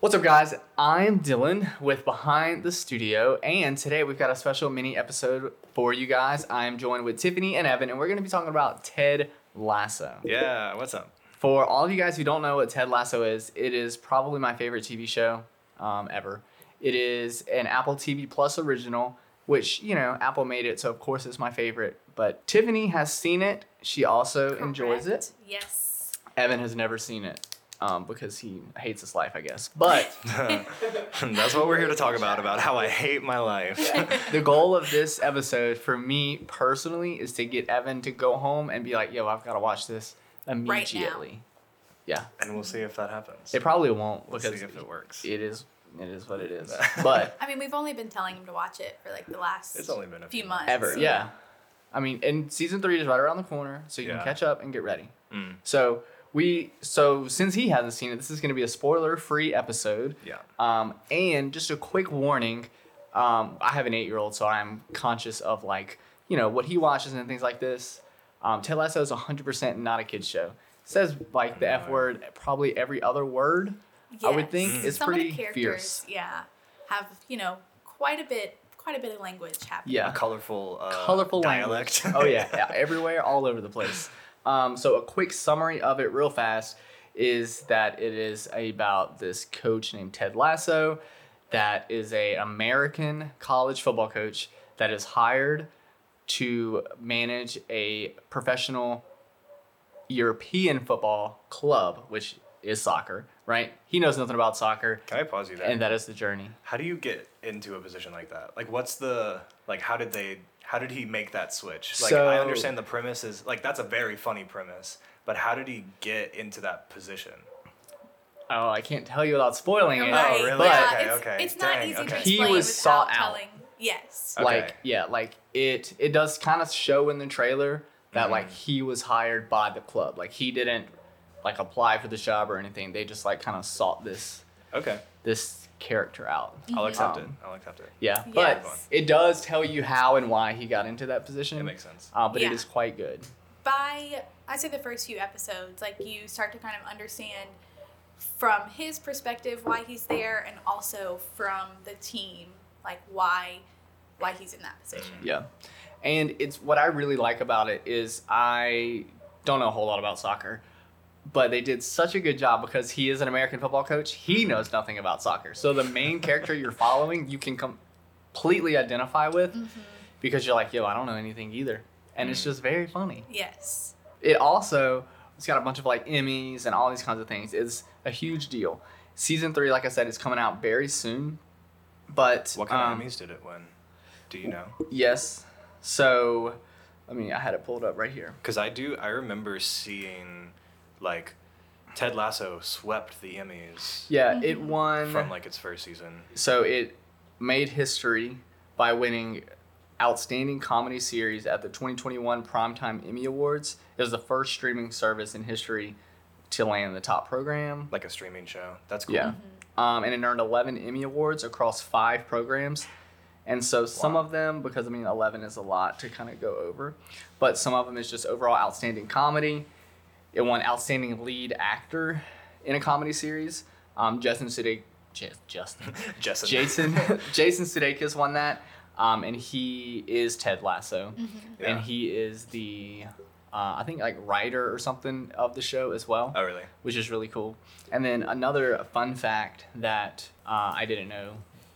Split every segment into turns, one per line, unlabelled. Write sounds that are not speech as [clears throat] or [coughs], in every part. What's up, guys? I'm Dylan with Behind the Studio, and today we've got a special mini episode for you guys. I'm joined with Tiffany and Evan, and we're going to be talking about Ted Lasso.
Yeah, what's up? [laughs]
For all of you guys who don't know what Ted Lasso is, it is probably my favorite TV show um, ever. It is an Apple TV Plus original, which, you know, Apple made it, so of course it's my favorite. But Tiffany has seen it. She also enjoys it.
Correct. Yes.
Evan has never seen it um, because he hates his life, I guess. But
That's what we're here to talk about about how I hate my life.
the goal of this episode for me personally is to get Evan to go home and be like, yo, I've got to watch this
now.
immediately. Yeah.
and we'll see if that happens.
It probably won't
we'll
because
see if it works.
it is it is what it
[laughs]
is. But
I mean, we've only been telling him to watch it for like the last
It's only been a
few
few
months.
ever, yeah. I mean, and season 3 is right around the corner, so you
Yeah.
can catch up and get ready.
Mm.
So, we so since he hasn't seen it, this is going to be a spoiler-free episode.
Yeah.
Um, and just a quick warning um, I have an eight year old, so I'm conscious of like, you know, what he watches and things like this. Um, Ted Lasso is 100% not a kid's show. says like the F
No.
word probably every other word. I would
Yes.
think it's
Mm. Some
pretty
of the characters,
fierce.
yeah, have you know quite a bit, quite a bit of language happening.
Yeah.
A colorful, uh,
colorful
dialect.
language. [laughs] oh yeah, yeah, everywhere, all over the place. Um, so a quick summary of it, real fast, is that it is about this coach named Ted Lasso, that is a American college football coach that is hired to manage a professional European football club, which is soccer. Right? He knows nothing about soccer,
[laughs] Can I pause you there?
and that is the journey.
how do you get into a position like that? Like, what's the like? How did they? How did he make that switch? Like, I
So-
understand the premise is like that's a very funny premise, but how did he get into that position?
Oh, I can't tell you without spoiling
You're
it.
right.
Oh, really?
Yeah,
Okay,
it's,
okay.
It's not
Dang,
easy to
okay. Uh,
He
explain
was
without
sought out.
telling. Yes.
Okay.
like yeah like it it does kind of show in the trailer that
Mm-hmm.
like he was hired by the club like he didn't like apply for the job or anything they just like kind of sought this
Okay,
this character out
I'll accept
Um,
it. I'll accept it.
yeah but
Yes.
it does tell you how and why he got into that position
It makes sense.
uh, but it
Yeah.
is quite good
by I say the first few episodes, like you start to kind of understand from his perspective why he's there, and also from the team, like why why he's in that position.
Yeah. And it's what I really like about it is I don't know a whole lot about soccer, but they did such a good job because he is an American football coach. He knows nothing about soccer. So the main character you're following, you can completely identify with because you're like, yo, I don't know anything either. And it's just very funny.
Yes.
It also, it's got a bunch of like Emmys and all these kinds of things. It's a huge deal. Season three, like I said, is coming out very soon. But
What kind
um,
of Emmys did it win? Do you know?
Yes. So, I mean, I had it pulled up right here.
Because I do, I remember seeing like Ted Lasso swept the Emmys
Yeah, it won.
from like its first season.
so it made history by winning Outstanding Comedy Series at the 2021 Primetime Emmy Awards. It was the first streaming service in history to land the top program.
Like a streaming show. That's cool. [laughs]
Yeah. Um, and it earned 11 Emmy Awards across five programs. And so some
Wow.
of them, because I mean, 11 is a lot to kind of go over, but some of them is just overall outstanding comedy. It won Outstanding Lead Actor in a Comedy Series. Um, Justin Sudeikis,
[laughs]
Justin,
Justin. [laughs]
Jason, Jason Sudeikis won that. Um, and he is Ted Lasso.
Yeah.
And he is the, uh, I think, like writer or something of the show as well
Oh, really?
which is really cool. And then another fun fact that uh, I didn't know: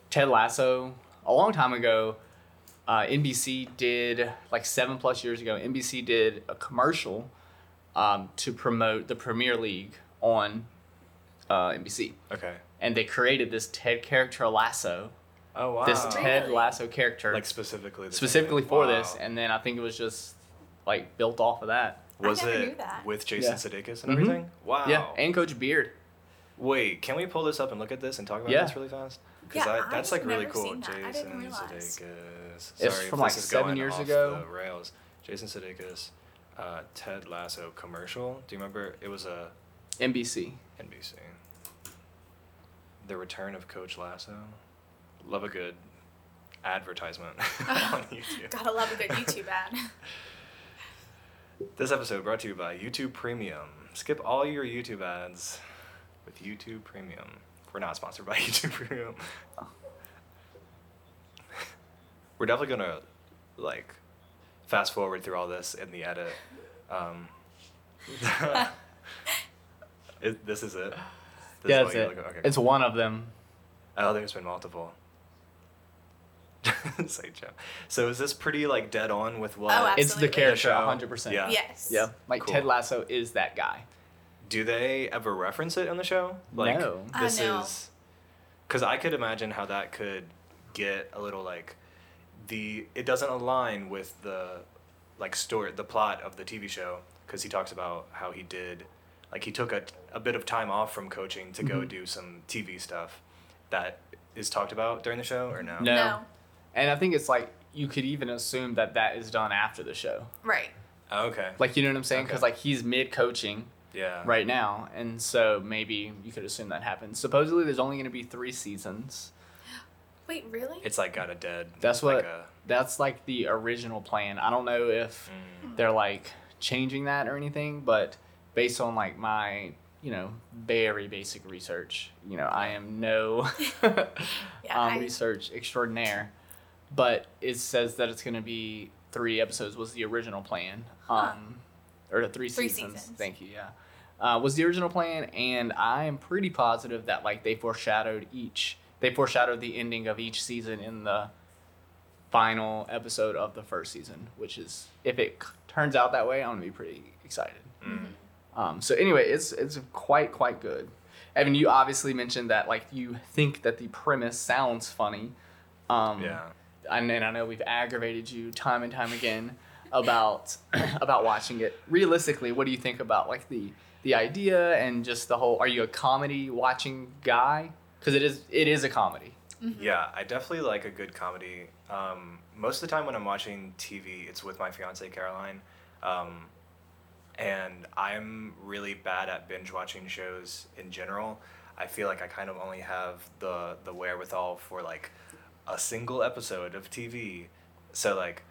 Ted Lasso. A long time ago, uh, NBC did like seven plus years ago. NBC did a commercial um, to promote the Premier League on uh, NBC,
Okay.
and they created this Ted character Lasso,
Oh, wow.
this Ted
Really?
Lasso character
like specifically. the
specifically
Emmys.
for
Wow.
this. And then I think it was just like built off of that.
was
I never
it
knew that.
with Jason
Yeah.
Sudeikis
Mhm.
and everything? Wow.
Yeah, and Coach Beard.
Wait, can we pull this up and look at this and talk about
Yeah.
this really fast?
Yeah,
I- that's
I've
like really
never
cool.
seen that. I didn't
Jason
realize.
Sudeikis. Sorry,
It's
if
from,
this
like,
is
seven
going
years
off
ago.
The rails. Jason Sudeikis, uh, Ted Lasso commercial. Do you remember? It was a
NBC.
NBC. The return of Coach Lasso. Love a good advertisement [laughs]
[laughs]
on YouTube.
Gotta love a good YouTube ad.
This episode brought to you by YouTube Premium. Skip all your YouTube ads with YouTube Premium. We're not sponsored by [laughs] YouTube Premium.
Oh.
We're definitely gonna like fast forward through all this in the edit.
[laughs]
Um, it, this is it. This
yeah,
is what
that's
you're
it.
looking- okay.
It's one of them.
Oh, there's been multiple. [laughs] Say Joe. So is this pretty like dead on with what?
Oh,
It's the
Absolutely.
character,
The
100%.
show. [laughs] Yeah.
[laughs] Yes.
Yeah. Like
Cool.
Ted Lasso is that guy.
Do they ever reference it on the show? Like
No.
Uh,
this
no.
is cuz I could imagine how that could get a little like the it doesn't align with the like story the plot of the TV show cuz he talks about how he did like he took a, a bit of time off from coaching to go
Mhm.
do some TV stuff that is talked about during the show or no?
No. And I think it's like you could even assume that that is done after the show.
Right.
Oh, okay.
Like you know what I'm saying?
Okay. Uh-huh.
Because like he's mid coaching
Yeah.
right now, and so maybe you could assume that happens. Supposedly, there's only going to be three seasons.
Wait, really?
It's like got a dead.
That's
like
what-
a-
That's like the original plan. I don't know if
mm,
they're like changing that or anything, but based on like my you know very basic research, you know I am [laughs] no
yeah.
um,
I, [laughs]
research extraordinaire, but it says that it's going to be three episodes was the original plan, um, or three
Three
seasons.
seasons.
Thank you. Yeah, uh, was the original plan, and I am pretty positive that like they foreshadowed each. They foreshadowed the ending of each season in the final episode of the first season, which is if it c- turns out that way, I'm gonna be pretty excited.
mm.
Um, so anyway, it's it's quite quite good. Evan, you obviously mentioned that like you think that the premise sounds funny. Um,
Yeah.
And, and I know we've aggravated you time and time again about [coughs] about watching it. Realistically, what do you think about like the the idea and just the whole? Are you a comedy watching guy? Because it is it is a comedy.
Yeah, I definitely like a good comedy. Um, most of the time when I'm watching TV, it's with my fiance Caroline, um, and I'm really bad at binge watching shows in general. I feel like I kind of only have the the wherewithal for like a single episode of TV. So like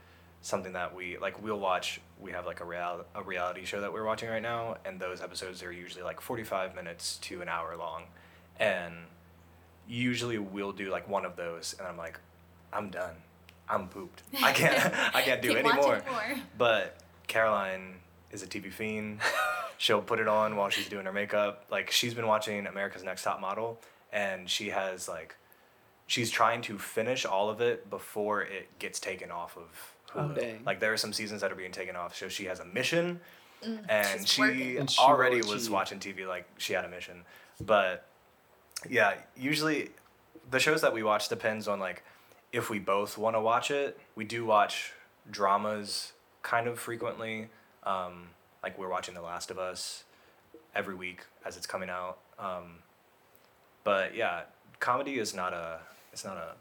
something that we like we'll watch we have like a real a reality show that we're watching right now and those episodes are usually like 45 minutes to an hour long and usually we'll do like one of those and i'm like i'm done i'm pooped i can't
[laughs]
[laughs] i can't do
Keep
any more
watching more.
but caroline is a
[laughs]
tv fiend she'll put it on while she's doing her makeup like she's been watching america's next top model and she has like she's trying to finish all of it before it gets taken off of
Oh,
Hulu.
dang.
like there are some seasons that are being taken off so she has a mission and
Mm. she's
she
working.
And she will
already was
achieve.
watching tv like she had a mission but yeah usually the shows that we watch depends on like if we both want to watch it we do watch dramas kind of frequently um, like we're watching the last of us every week as it's coming out um, but yeah comedy is not a it's not a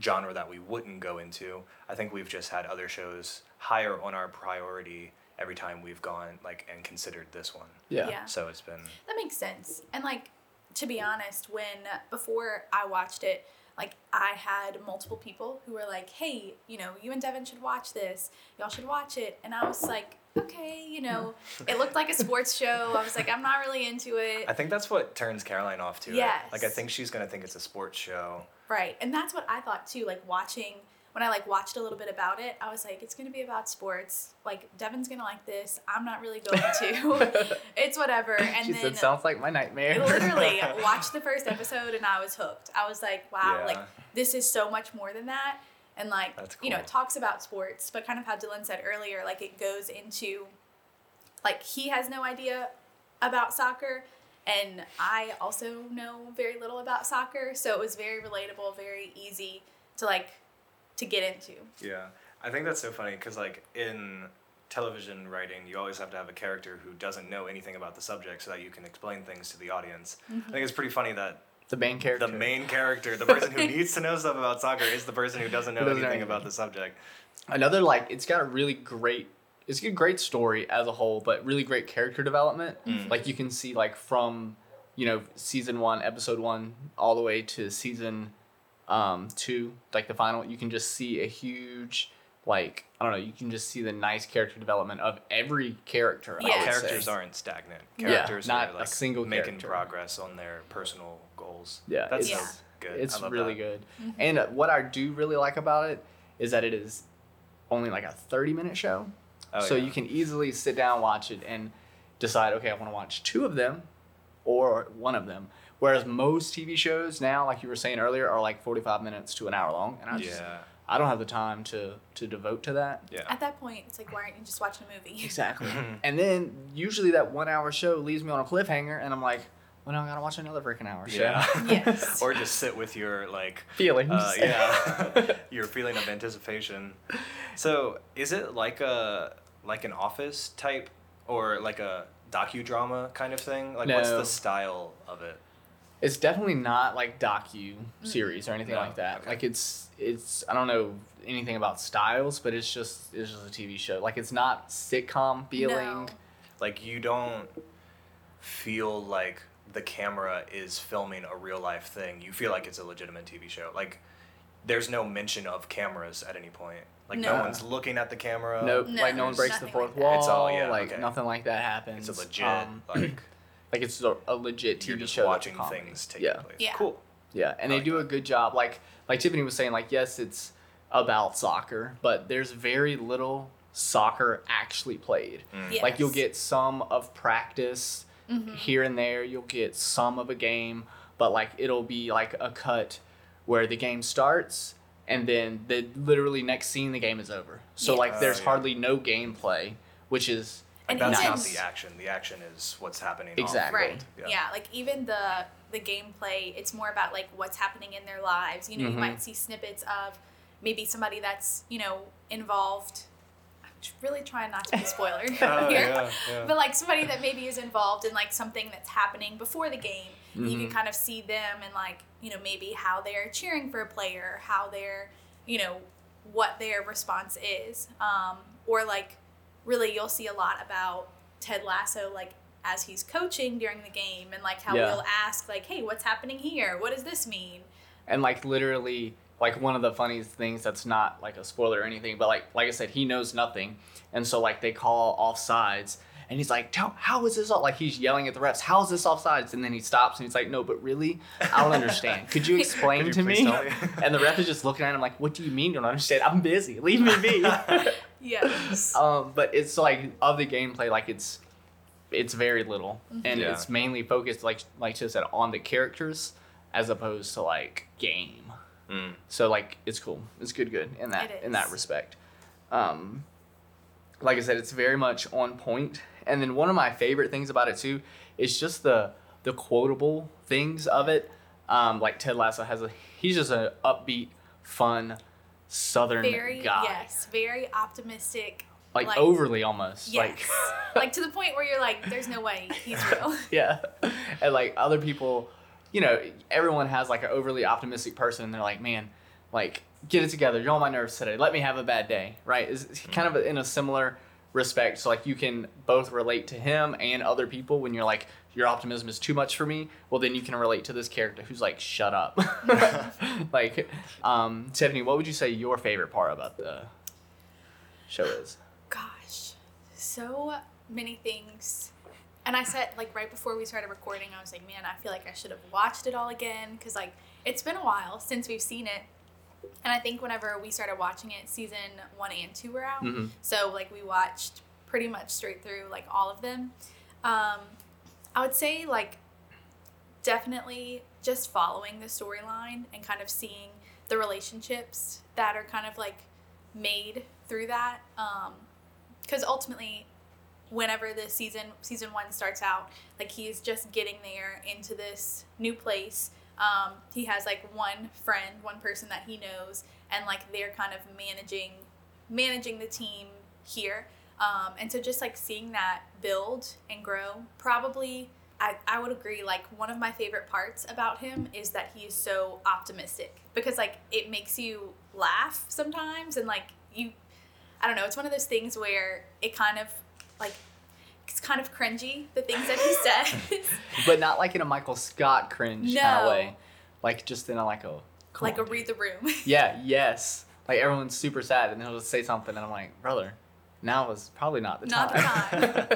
genre that we wouldn't go into i think we've just had other shows higher on our priority every time we've gone like and considered this one
Yeah.
Yeah. [laughs]
so it's been
That makes sense. And like to be honest, when before I watched it, like I had multiple people who were like, "Hey, you know, you and Devin should watch this. Y'all should watch it." And I was like, "Okay,
[laughs]
you know, it looked like a sports show. I was like, I'm not really into it."
I think that's what turns Caroline off to
Yes.
it. Like I think she's gonna think it's a sports show.
Right. And that's what I thought too, like watching when I like watched a little bit about it, I was like, it's gonna be about sports. Like Devin's gonna like this. I'm not really
[laughs]
going to. it's whatever. And
she
then
said, "Sounds like my nightmare."
I literally watched the first episode and I was hooked. I was like, wow,
Yeah.
like this is so much more than that. And like,
That's
you know,
cool.
it talks about sports, but kind of how Dylan said earlier, like it goes into like he has no idea about soccer and I also know very little about soccer, so it was very relatable, very easy to like to get into.
Yeah, I think that's so funny because like in television writing, you always have to have a character who doesn't know anything about the subject so that you can explain things to the audience.
Mm-hmm.
I think it's pretty funny that
[laughs] the main character.
the main character,
[laughs]
the person who needs to know stuff about soccer, is the person who doesn't know
Doesn't know
anything about
anything.
the subject.
another like it's got a really great it's a great story as a whole but really great character development like you can see like from you know season one episode one all the way to season um two like the final you can just see a huge like i don't know you can just see the nice character development of every character I
Yeah.
would say.
Characters aren't stagnant.
Yeah,
Characters
not
are
a
like
single
making
character.
progress on their personal goals. holes.
Yeah,
that's
it's-
so good.
It's
I love
really
that.
good.
Mhm.
And uh, what I do really like about it is that it is only like a 30 minute show.
Oh,
so
yeah.
you can easily sit down, watch it, and decide, okay, I want to watch two of them or one of them. Whereas most TV shows now, like you were saying earlier, are like 45 minutes to an hour long. And I just,
Yeah,
I don't have the time to, to devote to that.
yeah.
[laughs]
At that point, it's like, why aren't you just watching a
[laughs]
movie?
Exactly. and then usually that one hour show leaves me on a cliffhanger, and I'm like, well, now I gotta watch another freaking hour show.
[laughs] Yeah.
[laughs]
Yes.
or just sit with your like
Feelings. [laughs]
uh, yeah [laughs] your feeling of anticipation so is it like a like an office type or like a docudrama kind of thing like what's
No.
the style of it
[laughs] It's definitely not like docu
Mm.
series or anything
No,
like that.
okay.
Like it's it's I don't know anything about styles, but it's just it's just a TV show. Like it's not sitcom feeling.
[laughs] No.
like you don't feel like the camera is filming a real life thing you feel like it's a legitimate tv show like there's no mention of cameras at any point like no,
No.
one's looking at the camera
Nope,
No,
like no one
there's
breaks the
nothing
fourth
like that.
wall.
Oh. It's all- yeah,
like
okay.
nothing like that happens.
it's a legit
Um, [clears throat]
like
like it's a, a legit TV
you're just
show. that's a
watching
comedy.
things take
Yeah,
place
Yeah.
cool
yeah, and
I
they
like
do a good job. Like like Tiffany was saying, like yes, it's about soccer, but there's very little soccer actually played.
Mm.
Yeah.
Like you'll
Yes.
get some of practice
Mhm.
here and there. You'll get some of a game, but like it'll be like a cut where the game starts and then the literally next scene the game is over. So
Yeah.
like
Oh,
there's
yeah.
hardly no gameplay, which is
And
that's
even-
not the action. The action is what's happening. off
Exactly.
world.
Right. Yeah. Like even the the gameplay, it's more about like what's happening in their lives. You know,
Mhm.
you might see snippets of maybe somebody that's you know involved. I'm tr- really trying not to be
[laughs]
spoiler
Oh,
here,
yeah, yeah.
but like somebody that maybe is involved in like something that's happening before the game. and You can
Mhm.
kind of see them and like you know maybe how they're cheering for a player, how they're you know what their response is, um, or like really you'll see a lot about Ted Lasso like as he's coaching during the game and like how
Yeah.
he'll ask like hey what's happening here what does this mean
and like literally like one of the funniest things that's not like a spoiler or anything, but like like I said, he knows nothing, and so like they call offsides, and he's like, "Tell- "How is this off?" Like he's yelling at the refs, "How is this offsides?" And then he stops and he's like, "No, but really, I don't understand. Could you explain
[laughs] Could
to
you
me?"
please tell me?
[laughs] And the ref is just looking at him like, "What do you mean you don't understand? I'm busy. Leave me
[laughs]
be." [laughs]
yes
um, but it's like of the gameplay, like it's it's very little,
Mm-hmm.
and
Yeah.
it's mainly focused like like just said on the characters as opposed to like game.
Mm.
So like it's cool. It's good good in that
It
in that
is.
respect. Um like I said, it's very much on point. And then one of my favorite things about it too is just the the quotable things of it. Um like Ted Lasso has a he's just an upbeat, fun southern
very
guy.
yes very optimistic
Like,
like-
overly almost.
yes
Like
like, to the point where you're like there's no way he's real
[laughs] yeah. And like other people, you know, everyone has like an overly optimistic person and they're like, man, like, get it together. You're on my nerves today. Let me have a bad day. Right. Is kind of in a similar respect. So like you can both relate to him and other people when you're like, your optimism is too much for me. Well, then you can relate to this character who's like, shut up. [laughs] like, um, Tiffany, what would you say your favorite part about the show is?
gosh so many things and i said like right before we started recording i was like man i feel like i should have watched it all again because like it's been a while since we've seen it and i think whenever we started watching it season one and two were out
Mhm.
so like we watched pretty much straight through like all of them um i would say like definitely just following the storyline and kind of seeing the relationships that are kind of like made through that because ultimately whenever the season season one starts out like he is just getting there into this new place um, he has like one friend one person that he knows and like they're kind of managing managing the team here um, and so just like seeing that build and grow probably I, I would agree like one of my favorite parts about him is that he is so optimistic because like it makes you laugh sometimes and like you i don't know it's one of those things where it kind of like it's kind of cringy the things that he says
But not like in a Michael Scott cringe kind
No.
of way. Like just in a like a come
like
on,
a
dude.
read the room
Yeah, yes. Like everyone's super sad, and he'll just say something, and I'm like, brother, now is probably not the
Not the
time.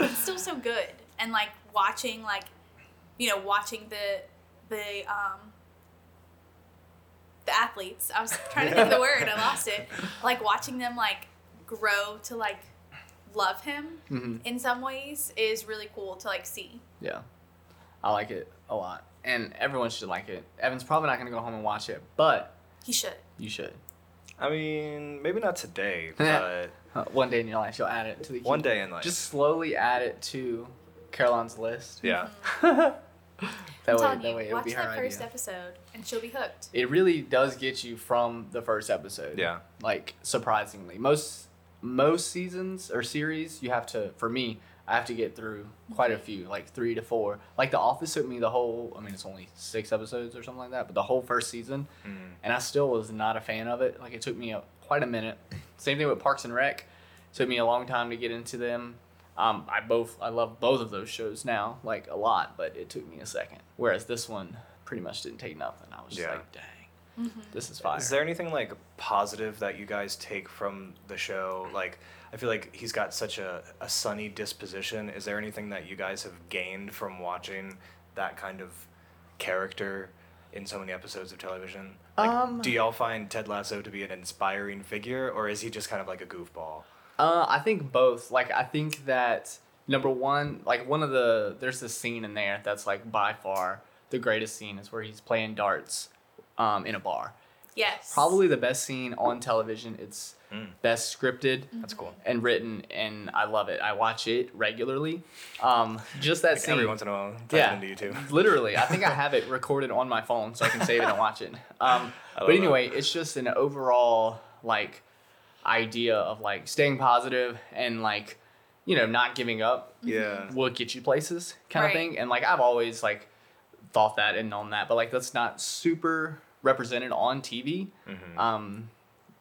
[laughs]
it's still so good and like watching like you know watching the the um, the athletes.
[laughs]
I was trying to think of the word. I lost it. Like watching them like grow to like love him
hmm
in some ways is really cool to like see.
Yeah, I like it a lot, and everyone should like it. Evan's probably not gonna go home and watch it, but
He should.
you should.
I mean, maybe
[laughs]
not today, but
Uh, one day in your life, you'll add it to the.
one day in life.
Just slowly add it to Caroline's list.
yeah.
[laughs] that way,
I'm telling
that
you,
way it'll
watch
be her
that
idea.
first episode and she'll be hooked.
it really does get you from the first episode.
Yeah.
Like surprisingly, most most seasons or series you have to. For me, I have to get through quite a few, like three to four. Like The Office took me the whole. I mean, it's only six episodes or something like that, but the whole first season,
Mm.
and I still was not a fan of it. Like it took me a, quite a minute. Same thing with Parks and Rec. took me a long time to get into them. Um, I both I love both of those shows now like a lot, but it took me a second. Whereas this one pretty much didn't take nothing. I was just
Yeah.
like, dang, this is fire.
Is there anything like positive that you guys take from the show? Like, I feel like he's got such a, a sunny disposition. Is there anything that you guys have gained from watching that kind of character in so many episodes of television? Like,
Um,
do y'all find Ted Lasso to be an inspiring figure, or is he just kind of like a goofball?
Uh, I think both. Like, I think that number one, like one of the there's this scene in there that's like by far the greatest scene is where he's playing darts, um, in a bar.
Yes.
Probably the best scene on television. It's
Mm.
best scripted.
That's cool.
and written, and I love it. I watch it regularly. Um, just that
Like,
scene.
every once in a while, type
Yeah.
it
[laughs]
into YouTube.
Literally, I think
[laughs]
I have it recorded on my phone so I can save it and watch it. Um,
I love
but anyway, it's just an overall like idea of like staying positive and like you know not giving up
Yeah.
will get you places kind
Right.
of thing. And like I've always like thought that and known that, but like that's not super represented on TV
Mhm.
um,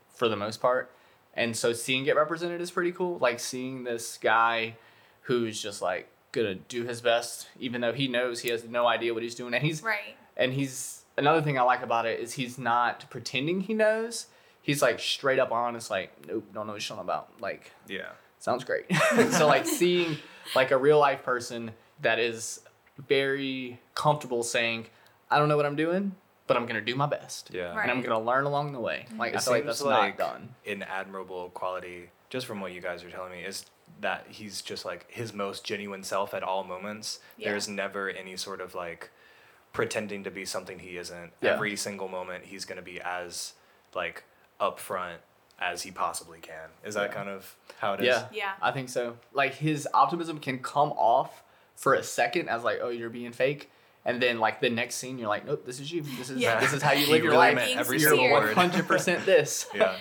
for the most part. And so seeing it represented is pretty cool. Like seeing this guy who's just like gonna do his best, even though he knows he has no idea what he's doing. And he's
Right.
and he's another thing I like about it is he's not pretending he knows. He's like straight up honest, like, nope, don't know what you're talking about. Like,
Yeah.
sounds
[laughs]
great. so like seeing like a real life person that is very comfortable saying, I don't know what I'm doing, but I'm gonna do my best
Yeah.
Right.
and I'm gonna learn along the way. Like I
It
feel like
seems
that's
like
not done.
An admirable quality, just from what you guys are telling me, is that he's just like his most genuine self at all moments.
Yeah.
There's never any sort of like pretending to be something he isn't.
Yeah.
Every single moment, he's going to be as like upfront as he possibly can. Is that
Yeah.
kind of how it is?
Yeah,
Yeah.
I think so. Like his optimism can come off for a second as like, oh, you're being fake, and then like the next scene, you're like, nope, this is you. This is
Yeah.
this is how you
[laughs] He
live your
really
life.
meant every
Being
You're
single
sincere.
one
[laughs]
word.
hundred percent this.
[laughs] yeah.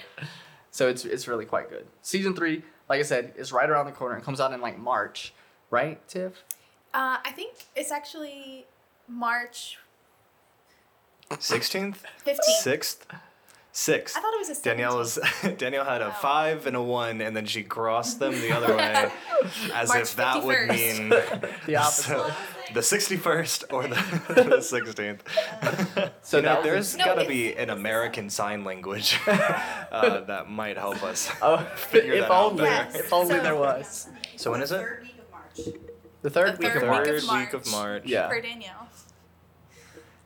So it's it's really quite good. Season three, like I said, is right around the corner. It comes out in like March, right, Tiff?
Uh, I think it's actually March
16th?
[laughs] 15th.
6th? 6th.
I thought it was a 17th.
Danielle was [laughs] Danielle had a
Oh.
five and a one, and then she crossed them the
[laughs]
other way,
[laughs]
as
March
if that would
51st.
mean [laughs]
The opposite.
so, the sixty-first or the [laughs] sixteenth. [laughs]
So
you know,
that
there's
there's
No,
gotta
it's-
be an
it's the
American Sign Language [laughs] uh, that might help us.
[laughs] oh,
[laughs] figure that
if
out
only
later.
if only
So-
there was
So when is it?
Third week of March.
the third
The
week of
third
Third
March.
week
week
of
of, March.
March.
Yeah.
for Danielle.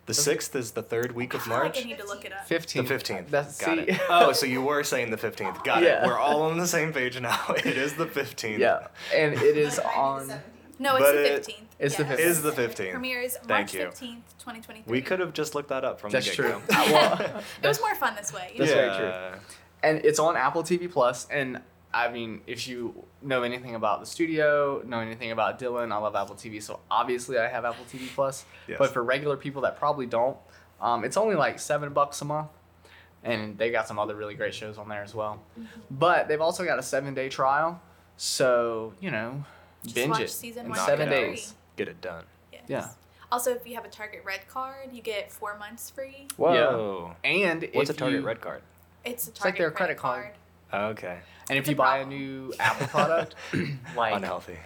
The sixth is the third week
I
of
feel like
March.
I need to look it up.
The
Fifteen.
fifteenth.
That's
Got
see- [laughs]
it. Oh, so you were saying the fifteenth. Got
Yeah.
it. We're all on the same page now. [laughs] It is the fifteenth.
[laughs] Yeah, and it is
Like, right,
on.
the 17th.
No, it's
But
the
it-
15th.
it's the
Yes.
15th.
Is the fifteenth.
Premiere is
Thank
March
you.
15th, 2023.
We could have just looked that up from
That's
the
true. [laughs]
[laughs] get-go.
I- well,
It was more fun this way.
That's
[laughs]
very true. and it's on Apple TV Plus, And I mean, if you know anything about the studio, know anything about Dylan, I love Apple TV. So obviously, I have Apple TV Plus.
Yes.
But for regular people that probably don't, um, it's only like seven bucks a month. And they got some other really great shows on there as well.
Mm-hmm.
But they've also got a seven day trial. So, you know,
Just
binge
watch
it.
season
in
one
seven
knock it out.
days.
Get it done.
Yes.
Yeah.
Also, if you have a Target Red card, you get four months free.
Whoa. And
What's
if
a Target
you,
red card?
It's a Target
It's like their
credit,
credit card.
Okay.
And if
It's a
you buy a
problem. [laughs]
new Apple product, like
Unhealthy.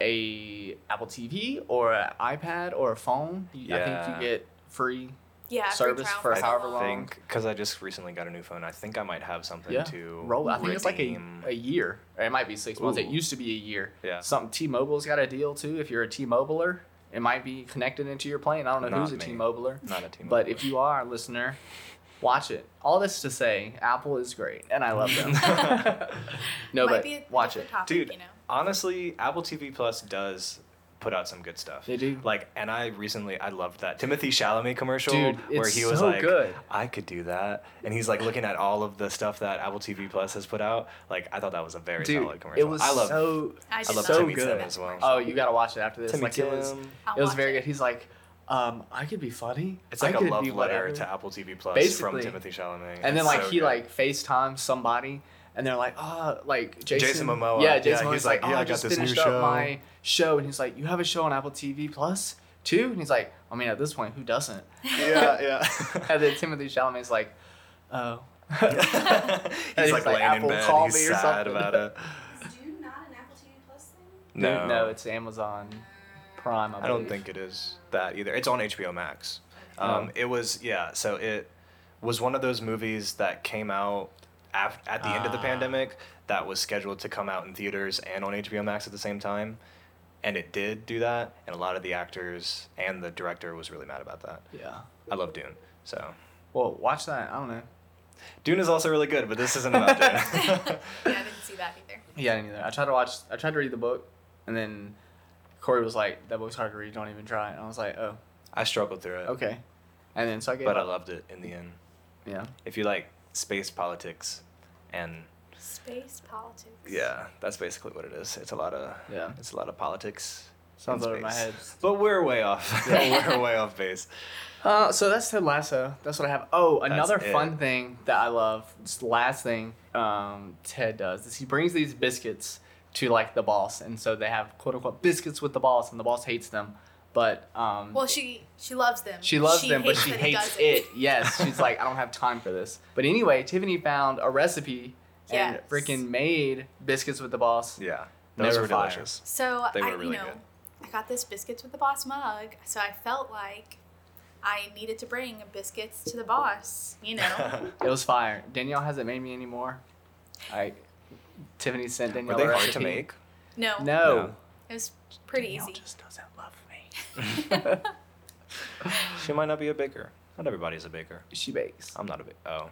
a Apple TV or an iPad or a phone. You- I think
Yeah.
you get free.
Yeah. free
Service
trial
for
so
however
I
long.
think because I just recently got a new phone. I think I might have something
Yeah.
to
Roll. I think it's like a,
redeem.
a year. Or it might be six months. It
Ooh.
used to be a year.
Yeah.
Something T-Mobile's got a deal too. If you're a T-Mobiler, It might be connected into your plane. I don't know
Not
who's a
me.
T-Mobiler.
Not a team.
But if you are a listener, watch it. All this to say, Apple is great, and I love
[laughs]
them. [laughs] no,
Might
but
be a
watch it.
different Topic,
Dude.
you know.
honestly, Apple TV Plus does put out some good stuff.
They do.
Like, and I recently I loved that Timothy Chalamet commercial
Dude,
where
it's
he was
so
like,
good.
"I could do that," and he's like looking at all of the stuff that Apple TV Plus has put out. Like, I thought that was a very solid
Dude,
commercial.
it was
I love.
so
I,
I
did
love
not
Timmy
see
good.
Tim
that.
as well.
Oh, you gotta watch it after this.
Timmy
like it was,
Tim.
I'll
it was
watch
very good. He's like, um, I could be funny.
It's
I
like a
could
love
be
letter
whatever."
to Apple TV Plus
Basically.
from Timothy Chalamet.
And then
It's
like
so
he
good.
like FaceTimes somebody, and they're like, oh, like Jason,
Momoa.
Yeah,
Yeah,
Jason
he's
Momoa's like,
like, "Yeah,
oh, I,
I got
just
this new
finished up
show."
my show, and he's like, you have a show on Apple TV Plus too, and he's like, I mean, at this point, who doesn't? [laughs]
[laughs] yeah, yeah.
And [laughs] then Timothy Chalamet's like,
[laughs]
oh.
he's
he's like,
like laying
"Apple,
in bed.
call
he's
me or
sad
something." [laughs]
about it.
Is Dune not an Apple TV Plus thing?
No,
no, it's Amazon Prime. I,
I don't
believe.
think it is that either. It's on HBO Max.
Oh.
Um, It was yeah. So it was one of those movies that came out af- at the end of the
Ah.
pandemic that was scheduled to come out in theaters and on HBO Max at the same time, and it did do that. And a lot of the actors and the director was really mad about that.
Yeah.
I love Dune. So
Well, watch that. I don't know.
Dune is also really good, but this isn't about
[laughs]
Dune. [laughs]
[laughs] yeah, I didn't see that either.
Yeah, I didn't either. I tried to watch. I tried to read the book, and then Corey was like, "That book's hard to read. Don't even try." it." And I was like, "Oh,
I struggled through it,
okay." And then so I gave
but uh, I
up.
loved it in the end.
yeah.
If you like space politics, and
Space politics.
yeah, that's basically what it is. It's a lot of
Yeah.
it's a lot of politics.
Sounds
in
over my
space.
head.
But we're
[laughs]
way off.
Yeah.
we're way off base.
Uh, so that's Ted Lasso. That's what I have. Oh, another
it.
fun thing that I love. This is the last thing um, Ted does is he brings these biscuits to like the boss, and so they have quote unquote biscuits with the boss, and the boss hates them, but um,
Well, she she loves them.
She loves them, but
hates
she
that
hates
doesn't.
it. Yes, she's like, I don't have time for this. But anyway, Tiffany found a recipe and
Yes.
freaking made biscuits with the boss.
Yeah,
They
those
were
were
fire.
delicious.
So
They were
I,
really
you know,
good.
I got this biscuits with the boss mug, so I felt like I needed to bring biscuits to the boss. You know,
[laughs]
It was fire. Danielle hasn't made me anymore. I Tiffany sent
were
Danielle
they
a
hard to
recipe.
make?
no,
No.
No.
it was pretty
Danielle
easy.
just doesn't love me.
[laughs] She might not be a baker. Not everybody's a baker.
she bakes.
I'm not a ba- oh.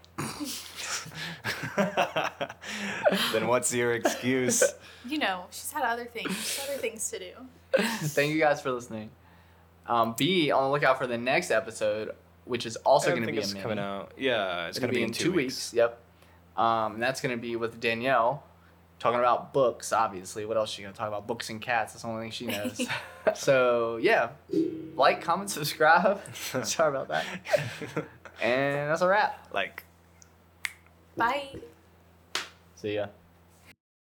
[laughs] then what's your excuse?
[laughs] You know, she's had other things, she's had other things to do.
[laughs] Thank you guys for listening. Um, be on the lookout for the next episode, which is also
I
going to
think
be a
it's
mini.
coming out. Yeah, it's,
It's
gonna, be, in two weeks.
Yep. Um, and that's gonna be with Danielle, talking about books. Obviously, what else is she gonna talk about? Books and cats. That's the only thing she
[laughs]
knows. so yeah, like, comment,
[laughs]
subscribe. Sorry about that. And that's a wrap.
like
Bye.
See ya.